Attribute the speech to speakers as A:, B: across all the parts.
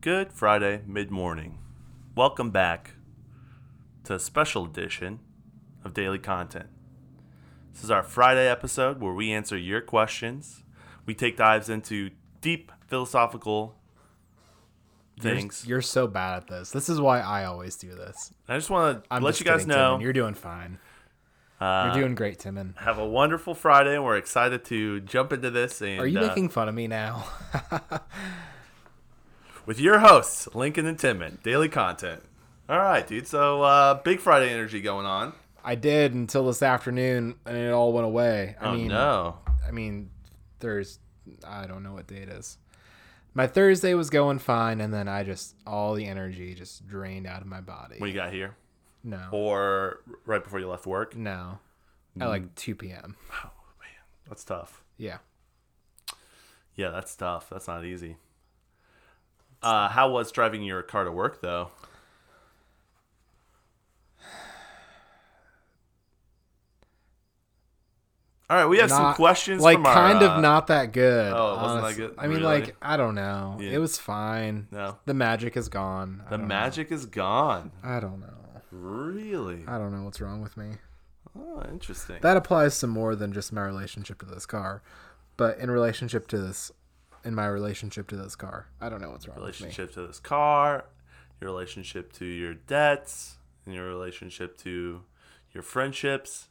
A: Good Friday mid morning. Welcome back to a special edition of Daily Content. This is our Friday episode where we answer your questions. We take dives into deep philosophical
B: You're-
A: things.
B: You're, so bad at this. This is why I always do this.
A: I just want to
B: I'm
A: let
B: just
A: you guys
B: kidding,
A: know uh,
B: Timon. you're doing fine. you're doing great, Timon.
A: have a wonderful Friday and we're excited to jump into this and
B: Are you
A: uh,
B: making fun of me now?
A: with your hosts, Lincoln and Timon, Daily Content. All right, dude. So, uh, big Friday energy going on.
B: I did until this afternoon, and it all went away. I
A: oh,
B: mean,
A: no.
B: I mean, there's, I don't know what day it is. My Thursday was going fine, and then I just all the energy just drained out of my body.
A: When you got here?
B: no,
A: oh. Or right before you left work?
B: no, at
A: Mm.
B: like 2 p.m.
A: That's tough.
B: Yeah,
A: Yeah, that's tough. That's not easy. Uh, how was driving your car to work, though? All right, we have some
B: Not-
A: questions
B: like
A: from our,
B: kind
A: uh,
B: of not that good.
A: oh, it wasn't that
B: honestly.
A: good?
B: I mean,
A: Really?
B: like I don't know.
A: Yeah.
B: It was fine.
A: No.
B: the magic is gone. I
A: The
B: don't know.
A: magic is gone.
B: I don't know.
A: Really?
B: I don't know what's wrong with me.
A: Oh, interesting.
B: That applies to more than just my relationship to this car, but in relationship to this, in my relationship to this car, I don't know what's wrong
A: relationship to this car, your relationship to your debts, and your relationship to your friendships,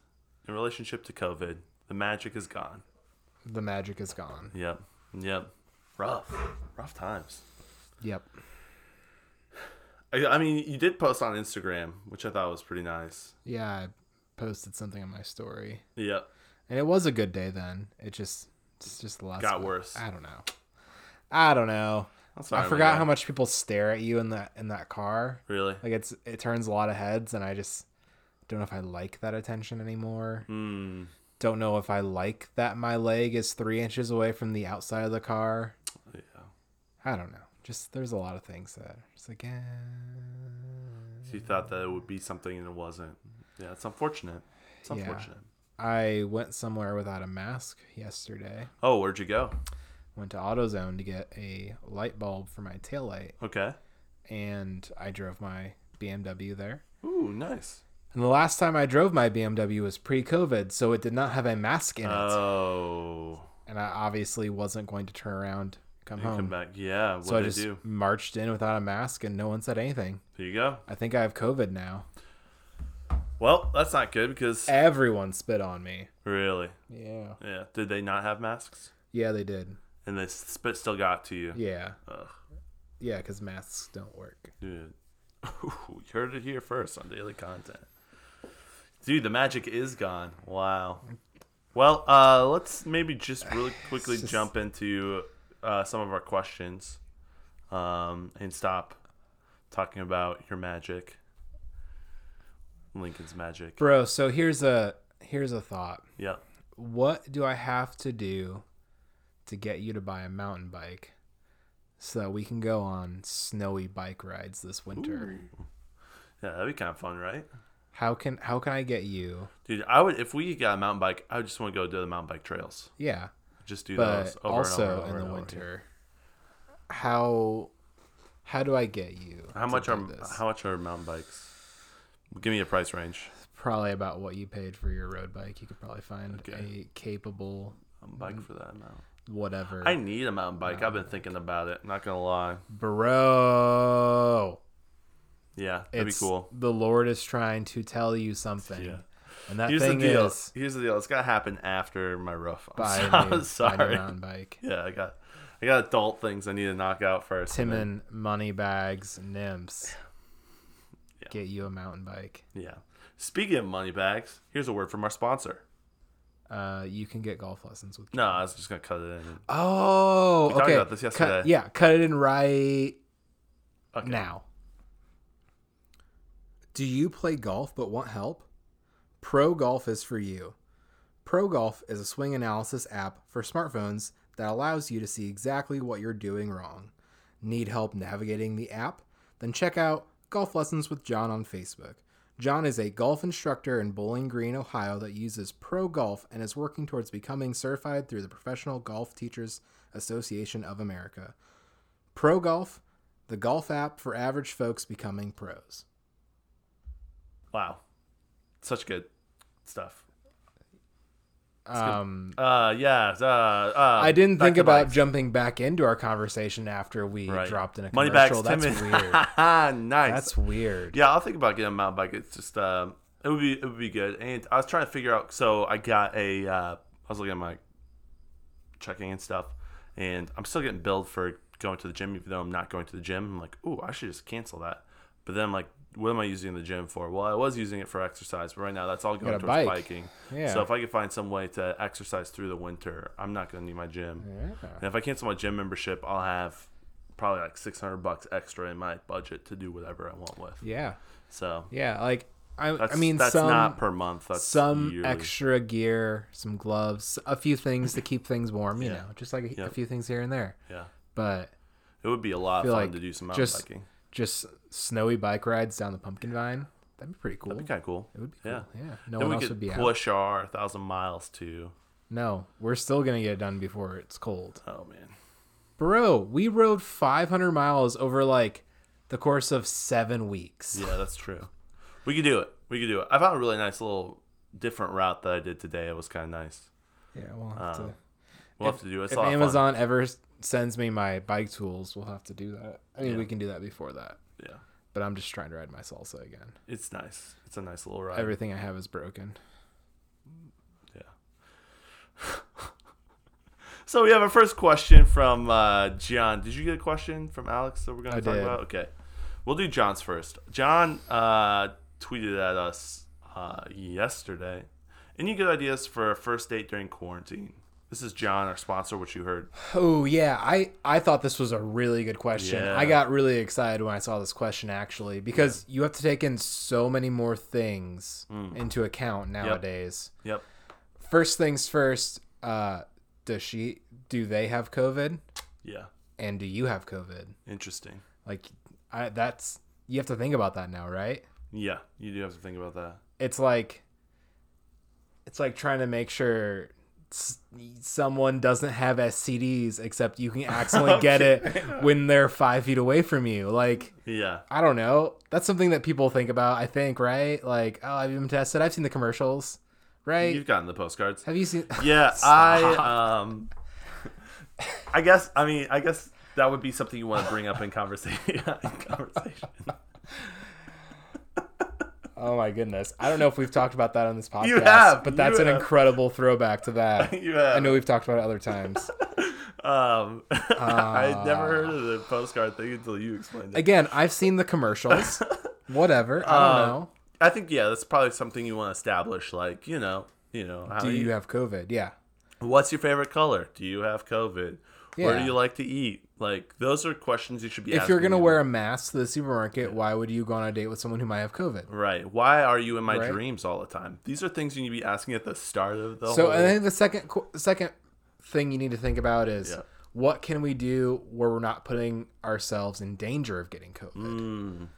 A: your relationship to COVID. The magic is gone.
B: with me. The magic is gone.
A: Yep. Yep. Rough. Rough times.
B: Yep.
A: I, I mean, you did post on Instagram, which I thought was pretty nice.
B: Yeah, I posted something on my story,
A: Yep.
B: and it was a good day then. It just, it's just the last.
A: Got
B: one.
A: worse.
B: I don't know. I don't know.
A: That's all right,
B: I
A: my
B: forgot
A: guy.
B: how much people stare at you in that in that car.
A: Really?
B: Like it's it turns a lot of heads, and I just don't know if I like that attention anymore.
A: Hmm.
B: don't know if I like that my leg is three inches away from the outside of the car.
A: Yeah.
B: I don't know. Just there's a lot of things that it's like, eh.
A: So you thought that it would be something and it wasn't. Yeah, it's unfortunate. It's
B: Yeah.
A: unfortunate.
B: I went somewhere without a mask yesterday.
A: Oh, where'd you go?
B: Went to AutoZone to get a light bulb for my taillight,
A: Okay.
B: and I drove my BMW there.
A: Ooh, nice.
B: And the last time I drove my BMW was pre-COVID, so it did not have a mask in it,
A: Uh. Oh.
B: and I obviously wasn't going to turn around, come
A: You
B: home.
A: come back. Yeah, what
B: Um, so I
A: they
B: just
A: do.
B: marched in without a mask, and no one said anything.
A: There you go.
B: I think I have COVID now.
A: Well, that's not good because
B: Everyone spit on me.
A: really,
B: Yeah.
A: yeah. Did they not have masks?
B: Yeah, they did.
A: And they spit still got to you.
B: Yeah.
A: Ugh,
B: Yeah, because masks don't work.
A: dude. you heard it here first on daily content. Dude, the magic is gone. Wow. Well, uh, let's maybe just really quickly
B: just-
A: jump into uh, some of our questions, um, and stop talking about your magic, Lincoln's magic.
B: Bro, so here's a here's a thought.
A: Yep.
B: What do I have to do to get you to buy a mountain bike so that we can go on snowy bike rides this winter?
A: Yeah, that'd be kind of fun, right?
B: How can how can I get you?
A: Dude, I would if we got a mountain bike, I would just want to go do the mountain bike trails.
B: Yeah.
A: Just do
B: But
A: those over
B: also
A: and over, and
B: in the
A: over.
B: winter. How how do I get you?
A: How
B: to
A: much
B: do
A: are
B: this?
A: how much are mountain bikes? Give me a price range.
B: probably about what you paid for your road bike. You could probably find
A: Okay.
B: a capable
A: Mountain
B: Mm.
A: bike for that amount.
B: whatever.
A: I need a mountain bike. I've been thinking about it. Not gonna lie.
B: Bro,
A: Yeah, that'd
B: it's
A: be cool.
B: the Lord is trying to tell you something,
A: Yeah.
B: and that
A: Here's the
B: thing
A: deal.
B: is
A: Here's the deal. It's gotta happen after my rough. I'm, so-
B: buy a new,
A: I'm
B: buy a new
A: sorry.
B: mountain bike.
A: Yeah, I got I got adult things I need to knock out first. and then-
B: Timon, money bags, nymphs.
A: Yeah.
B: Get you a mountain bike.
A: Yeah. Speaking of money bags, here's a word from our sponsor.
B: Uh, you can get golf lessons with.
A: No, I was just gonna cut it in.
B: Oh,
A: We talked
B: okay.
A: about this
B: Cut-
A: yesterday.
B: yeah, cut it in right
A: Okay.
B: Now, do you play golf but want help? Pro Golf is for you. Pro Golf is a swing analysis app for smartphones that allows you to see exactly what you're doing wrong. Need help navigating the app? Then check out Golf Lessons with John on Facebook. John is a golf instructor in Bowling Green, Ohio that uses pro golf and is working towards becoming certified through the Professional Golf Teachers Association of America. Pro Golf the golf app for average folks becoming pros.
A: Wow. Such good stuff.
B: Um,
A: Uh, yeah. Uh, uh,
B: I didn't
A: back
B: think
A: to
B: about
A: bikes.
B: jumping back into our conversation after we
A: Right.
B: dropped in a
A: Money bags,
B: commercial. That's
A: Timmy.
B: weird.
A: nice.
B: That's weird.
A: Yeah, I'll think about getting a mountain bike. It's just um, it would be it would be good. And I was trying to figure out. So I got a. Uh, I was looking at my checking and stuff, and I'm still getting billed for going to the gym, even though I'm not going to the gym. I'm like, ooh, I should just cancel that. But then I'm like, what am I using the gym for? Well, I was using it for exercise, but right now that's all going
B: got
A: towards
B: a bike.
A: biking.
B: Yeah.
A: So if I could find some way to exercise through the winter, I'm not going to need my gym.
B: Yeah.
A: And if I cancel my gym membership, I'll have probably like 600 bucks extra in my budget to do whatever I want with.
B: Yeah.
A: So
B: Yeah, like I,
A: that's,
B: I mean,
A: that's
B: some
A: not per month. That's
B: some
A: yearly.
B: extra gear, some gloves, a few things to keep things warm. You
A: Yeah.
B: know, just like a, a
A: Yep.
B: few things here and there.
A: Yeah,
B: But
A: it would be a lot of
B: feel
A: fun
B: like
A: to do some mountain
B: just
A: biking.
B: just snowy bike rides down the pumpkin vine. That'd be pretty cool.
A: That'd be kind of cool.
B: it would be cool.
A: yeah.
B: Yeah. No
A: then
B: one
A: we
B: else
A: could
B: would be out.
A: push our thousand miles to.
B: No, we're still gonna get it done before it's cold.
A: Oh man,
B: Bro, we rode 500 miles over like the course of seven weeks.
A: yeah, that's true. We could do it. We could do it. I found a really nice little different route that I did today. It was kind of nice.
B: Yeah, we'll have to.
A: We'll have to do it. Uh, It's
B: If
A: a lot of fun.
B: Amazon ever s- sends me my bike tools, we'll have to do that. I mean,
A: Yeah.
B: we can do that before that.
A: Yeah,
B: But I'm just trying to ride my salsa again.
A: it's nice. It's a nice little ride.
B: Everything I have is broken.
A: Yeah. so we have our first question from uh, John. Did you get a question from Alex that we're going
B: I
A: to talk
B: did.
A: about? Okay. We'll do John's first. John uh, tweeted at us uh, yesterday. Any good ideas for a first date during quarantine? This is John, our sponsor, which you heard.
B: Oh yeah, I I thought this was a really good question.
A: Yeah.
B: I got really excited when I saw this question actually because you have to take in so many more things into account nowadays.
A: Yep.
B: First things first, uh does she do they have COVID
A: Yeah.
B: and do you have COVID?
A: Interesting.
B: Like I that's you have to think about that now, right?
A: Yeah. You do have to think about that.
B: it's like it's like trying to make sure s- someone doesn't have STDs except you can accidentally get it when they're five feet away from you. Like
A: Yeah.
B: I don't know. That's something that people think about. I think right. Like oh, I've been tested. I've seen the commercials. Right?
A: You've gotten the postcards.
B: Have you seen?
A: Yeah,
B: Stop.
A: I um I guess I mean I guess that would be something you want to bring up in conversation. in conversation.
B: oh my goodness. I don't know if we've talked about that on this podcast.
A: You have.
B: but that's
A: You
B: an
A: have.
B: incredible throwback to that.
A: You have.
B: I know we've talked about it other times.
A: Um I had never heard of
B: Ah.
A: the postcard thing until you explained it.
B: Again, I've seen the commercials. Whatever. I don't
A: Um,
B: know.
A: I think yeah, that's probably something you want to establish like, you know, you know, how
B: Do
A: you,
B: you have COVID? Yeah.
A: what's your favorite color? Do you have COVID? Where do
B: Yeah.
A: you like to eat? Like those are questions you should be
B: if
A: asking
B: you're gonna
A: people.
B: wear a mask to the supermarket, why would you go on a date with someone who might have COVID?
A: Right. Why are you in my
B: Right.
A: dreams all the time? These are things you need to be asking at the start of the
B: So
A: whole
B: I think the second qu- second thing you need to think about is
A: Yeah.
B: what can we do where we're not putting ourselves in danger of getting COVID?
A: Mm.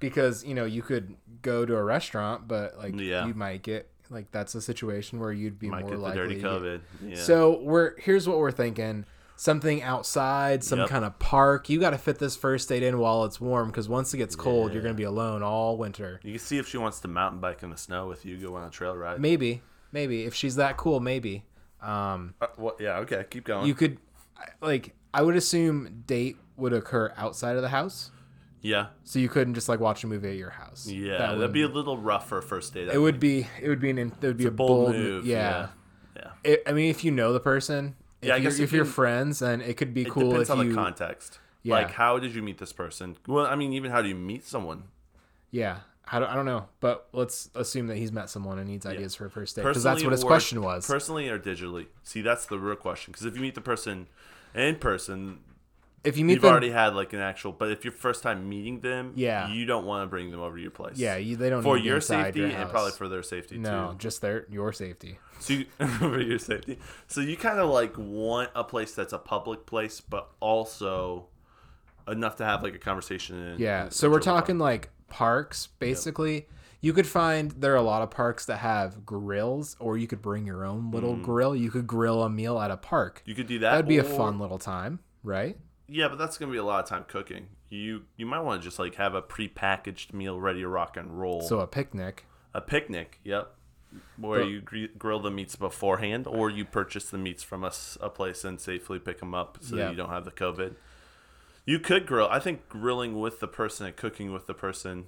B: Because you know you could go to a restaurant, but like
A: Yeah.
B: you might get like that's a situation where you'd be
A: might
B: more
A: get the
B: likely
A: dirty
B: to get-
A: COVID. Yeah.
B: So we're here's what we're thinking: something outside, some
A: Yep.
B: kind of park. You got to fit this first date in while it's warm, because once it gets cold, you're gonna be alone all winter.
A: You can see if she wants to mountain bike in the snow with you, go on a trail ride.
B: Maybe, maybe if she's that cool, maybe. Um,
A: Uh, what- yeah, okay, keep going.
B: you could, I- like, I would assume date would occur outside of the house,
A: yeah,
B: so you couldn't just like watch a movie at your house.
A: yeah,
B: that
A: that would
B: would
A: be a little rough for a first date.
B: It would be. It would be an. in- It would be a,
A: bold move.
B: Yeah.
A: yeah. yeah.
B: It, I mean, if you know the person, if,
A: Yeah, I
B: you're,
A: guess
B: if,
A: if
B: you're
A: you-
B: friends, then it could be
A: It
B: cool.
A: depends
B: if
A: on
B: you,
A: the context.
B: Yeah.
A: Like, how did you meet this person? Well, I mean, even how do you meet someone?
B: Yeah, I don't, I don't know, but let's assume that he's met someone and needs ideas for a first date because
A: Personally
B: that's what his
A: or-
B: question was.
A: Personally or digitally? See, that's the real question. Because if you meet the person in person,
B: if you meet
A: you've
B: them,
A: already had like an actual. But if your first time meeting them,
B: Yeah.
A: you don't want to bring them over to your place.
B: yeah, you, they don't
A: for
B: need to be
A: your
B: inside
A: safety
B: your
A: and
B: house.
A: probably for their safety too.
B: no, just their your safety.
A: So you, for your safety. So you kind of like want a place that's a public place, but also enough to have like a conversation. In,
B: Yeah,
A: in
B: so we're
A: terms of-
B: talking like parks basically. You could find there are a lot of parks that have grills, or you could bring your
A: Mm.
B: own little grill. You could grill a meal at a park.
A: You could do that.
B: That'd be a
A: or-
B: fun little time, right?
A: Yeah, but that's gonna be a lot of time cooking. You you might want to just like have a prepackaged meal ready to rock and roll.
B: So a picnic.
A: a picnic, yep, where
B: But-
A: you gr- grill the meats beforehand, or you purchase the meats from a, s- a place and safely pick them up so
B: Yeah.
A: you don't have the COVID. You could grill. I think grilling with the person and cooking with the person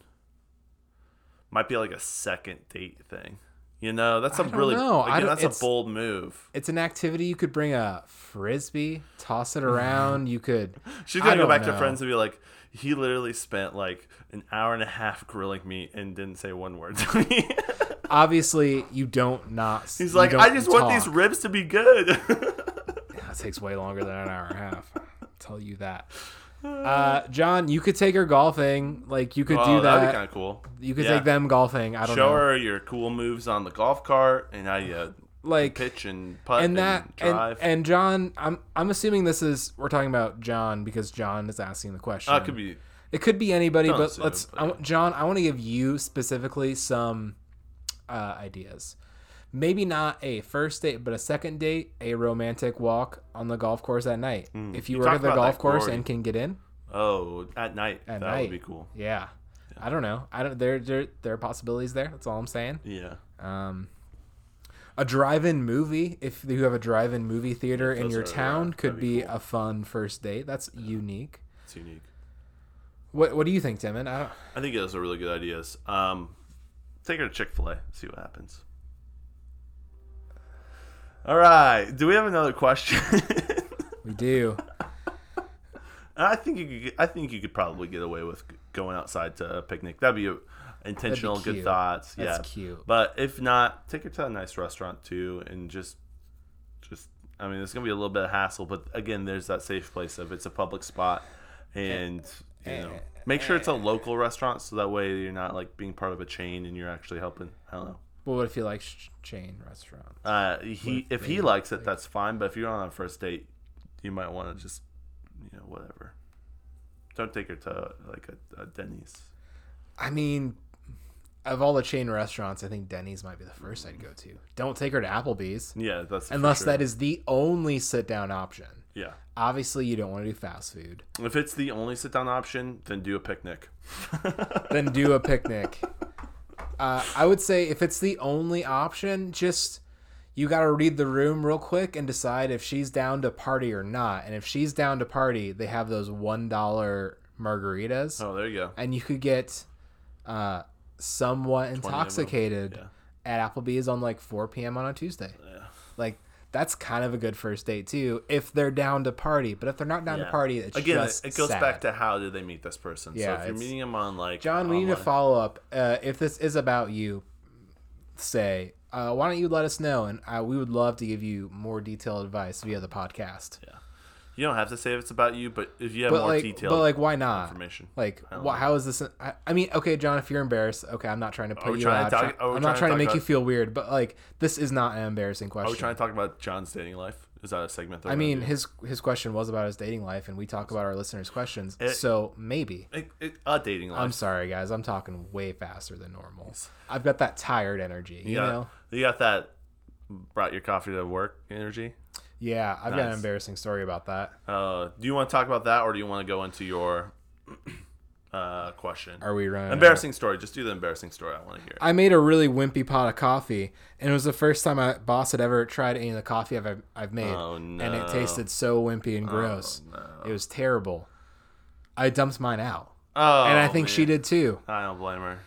A: might be like a second date thing. You know, that's a
B: I don't
A: really
B: know. I
A: again,
B: don't-
A: that's a
B: it's-
A: bold move.
B: It's an activity you could bring a frisbee, toss it around. You could.
A: She's
B: I
A: gonna go
B: don't
A: back
B: know.
A: to friends and be like, he literally spent like an hour and a half grilling me and didn't say one word to me.
B: Obviously, you don't not.
A: He's like, I just want these ribs to be good.
B: That takes way longer than an hour and a half. I'll tell you that. Uh, John, you could take her golfing. Like you could
A: oh,
B: do
A: that'd
B: that.
A: be kind of cool.
B: you could
A: Yeah.
B: take them golfing. I don't
A: Show
B: know.
A: her your cool moves on the golf cart and how you
B: like
A: pitch and putt
B: and that
A: and
B: and,
A: drive.
B: and John, I'm I'm assuming this is we're talking about John because John is asking the question.
A: that Oh, could be
B: It could be anybody,
A: Don't
B: but
A: assume,
B: let's
A: but
B: I want- John. I want to give you specifically some uh, ideas. Maybe not a first date, but a second date, a romantic walk on the golf course at night. If you,
A: Hmm. You
B: work
A: talked
B: at the
A: about that
B: golf course
A: glory.
B: and can get in,
A: oh at night.
B: At
A: that
B: night.
A: would be cool.
B: yeah. I don't know. I don't. There, there, there are possibilities there. That's all I'm saying.
A: Yeah,
B: Um, a drive-in movie. If you have a drive-in movie theater in
A: those
B: your
A: are, yeah,
B: town, could
A: that'd be
B: be a fun first date. That's unique.
A: it's unique.
B: What What do you think, Timon? I don't.
A: I think those are really good ideas. Um, take her to Chick Fil A. See what happens. All right. Do we have another question?
B: We do.
A: I think you could. get- I think you could probably get away with g- going outside to a picnic. That'd be a, intentional. Good
B: cute.
A: thoughts.
B: That's
A: yeah.
B: cute.
A: But if not, take her to a nice restaurant too, and just, just. I mean, it's gonna be a little bit of hassle, but again, there's that safe place of it's a public spot, and you know, make sure it's a local restaurant so that way you're not like being part of a chain and you're actually helping. I don't know.
B: Well, what if you like sh- chain restaurant?
A: Uh, he if he likes it, that's fine. But if you're on a first date, you might want to just, you know, whatever. Don't take her to like a, a Denny's.
B: I mean, of all the chain restaurants, I think Denny's might be the first I'd go to. Don't take her to Applebee's
A: Yeah, that's for
B: unless
A: sure.
B: that is the only sit-down option.
A: yeah.
B: Obviously, you don't want to do fast food.
A: If it's the only sit down option, then do a picnic.
B: Then do a picnic. Uh, I would say if it's the only option, just you got to read the room real quick and decide if she's down to party or not. And if she's down to party, they have those one dollar margaritas.
A: Oh, there you go.
B: and you could get uh, somewhat intoxicated
A: yeah.
B: at Applebee's on like 4 p.m. on a Tuesday. Like that's kind of a good first date too if they're down to party. But if they're not down
A: Yeah.
B: to party, it's
A: Again,
B: just
A: it, it goes
B: sad.
A: back to how did they meet this person.
B: Yeah,
A: so if you're
B: it's-
A: meeting them on like
B: John. We need to
A: online-
B: follow up. Uh, if this is about you, say uh, why don't you let us know, and uh, we would love to give you more detailed advice via the podcast.
A: You don't have to say if it's about you, but if you have
B: But
A: more
B: like,
A: detailed
B: but like, why not?
A: information,
B: Like,
A: I don't
B: wha-
A: know.
B: how is this? I, I mean, okay, John, if you're embarrassed, okay, I'm not trying to put
A: we
B: you
A: trying to
B: out.
A: talk-
B: try-
A: are we trying
B: I'm not
A: to
B: trying to
A: talk
B: make you
A: about-
B: feel weird, but like, this is not an embarrassing
A: are we
B: question.
A: trying to talk about John's dating life? Is that a segment? That
B: I
A: we're gonna
B: mean,
A: do?
B: his his question was about his dating life, and we talk about our listeners' questions,
A: It-
B: so maybe.
A: It- it- a dating life.
B: I'm sorry, guys. I'm talking way faster than normal. I've got that tired energy, you
A: you got,
B: know.
A: you got that. Brought your coffee to work energy.
B: Yeah, I've got an
A: Nice.
B: embarrassing story about that.
A: Uh, do you want to talk about that, or do you want to go into your uh, question?
B: Are we running? out of-
A: embarrassing story. Just do the embarrassing story. I want to hear. it.
B: I made a really wimpy pot of coffee, and it was the first time my boss had ever tried any of the coffee I've I've made,
A: Oh,
B: and
A: no.
B: it tasted so wimpy and gross. It was terrible. I dumped mine out,
A: Oh,
B: and I think
A: man.
B: she did too.
A: I don't blame her.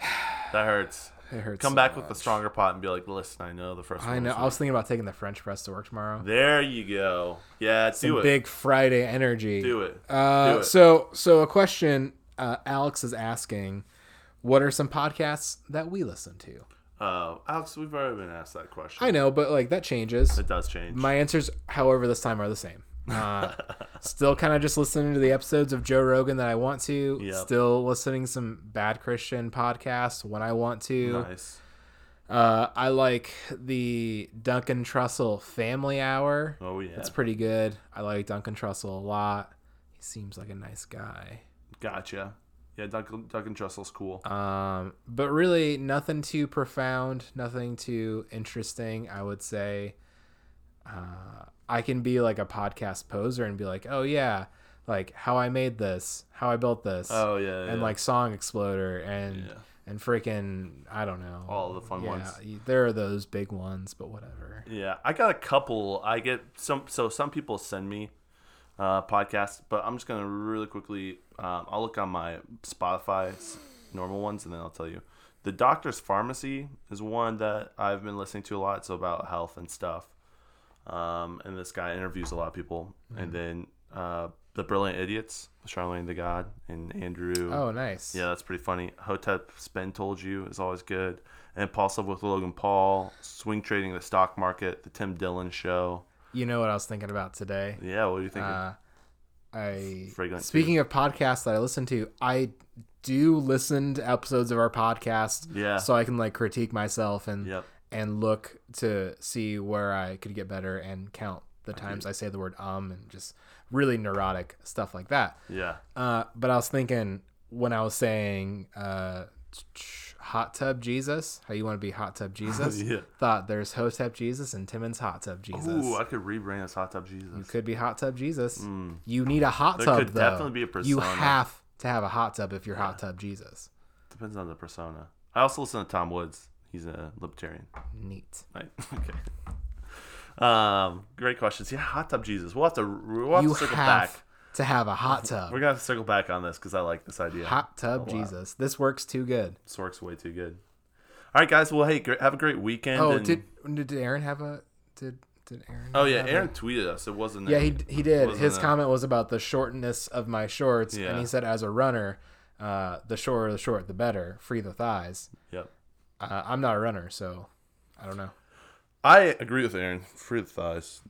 A: That hurts.
B: It hurts.
A: Come
B: so
A: back
B: much.
A: with a stronger pot and be like, listen, I know the first one.
B: I know.
A: was
B: I was thinking about taking the French press to work tomorrow.
A: There you go. Yeah, do it.
B: Big Friday energy.
A: do it.
B: Uh,
A: do it.
B: So, so a question uh, Alex is asking: What are some podcasts that we listen to?
A: Uh, Alex, we've already been asked that question.
B: I know, but like that changes.
A: It does change.
B: My answers, however, this time are the same. Uh, still kind of just listening to the episodes of Joe Rogan that I want to.
A: Yep.
B: Still listening to some Bad Christian podcasts when I want to.
A: nice.
B: Uh, I like the Duncan Trussell Family Hour.
A: Oh yeah.
B: That's pretty good. I like Duncan Trussell a lot. He seems like a nice guy.
A: gotcha. Yeah, Duncan, Duncan Trussell's cool.
B: Um, but really, nothing too profound, nothing too interesting. I would say, uh, I can be like a podcast poser and be like, "Oh yeah, like how I made this, how I built this,
A: Oh yeah.
B: and
A: yeah.
B: like Song Exploder and
A: yeah.
B: and freaking I don't know
A: all the fun ones.
B: y- there are those big ones, but whatever.
A: Yeah, I got a couple. I get some. So some people send me uh, podcasts, but I'm just gonna really quickly. Um, I'll look on my Spotify's normal ones, and then I'll tell you. The Doctor's Pharmacy is one that I've been listening to a lot. It's about health and stuff. Um, and this guy interviews a lot of people, and then uh, the Brilliant Idiots, Charlemagne the God, and Andrew.
B: Oh, nice.
A: Yeah, that's pretty funny. Hotep Spend Told You is always good. And Impulsive with Logan Paul, Swing Trading the Stock Market, The Tim Dillon Show.
B: You know what I was thinking about today?
A: Yeah, what do you think?
B: Uh, I
A: Fragrant
B: speaking of podcasts that I listen to, I do listen to episodes of our podcast,
A: Yeah.
B: so I can like critique myself and
A: yep.
B: and look to see where I could get better and count the times I say the word um and just really neurotic stuff like that.
A: Yeah.
B: Uh, but I was thinking when I was saying uh, t- t- hot tub Jesus, how you want to be hot tub Jesus,
A: Oh, Yeah.
B: thought there's Hotep Jesus and Timmons hot tub Jesus.
A: Ooh, I could rebrand this Hot Tub
B: You
A: Jesus.
B: could be hot tub Jesus. You need a hot
A: Hmm. There
B: tub
A: could
B: though.
A: definitely be a
B: You
A: persona.
B: have to have a hot tub if you're hot tub Jesus.
A: Depends on the persona. I also listen to Tom Woods. He's a libertarian.
B: Neat.
A: Right. okay. Um, great questions. Yeah, Hot Tub Jesus. We'll have to, we'll have
B: you
A: to circle
B: have
A: back.
B: to have a hot
A: We're Oh,
B: tub.
A: going to have to circle back on this because I like this idea.
B: Hot tub Jesus. This works too good.
A: This works way too good. All right, guys. Well, hey, gr- have a great weekend.
B: Oh,
A: and-
B: did did Aaron have a did did Aaron?
A: Oh yeah,
B: have a-
A: Aaron tweeted us. It wasn't.
B: Yeah, he he did.
A: Wasn't
B: His
A: a-
B: comment was about the shortness of my shorts, and
A: Yeah.
B: he said, as a runner, uh, the shorter the short, the better. Free the thighs.
A: Yep.
B: Uh, I'm not a runner, so I don't know.
A: I agree with Aaron. Free the thighs.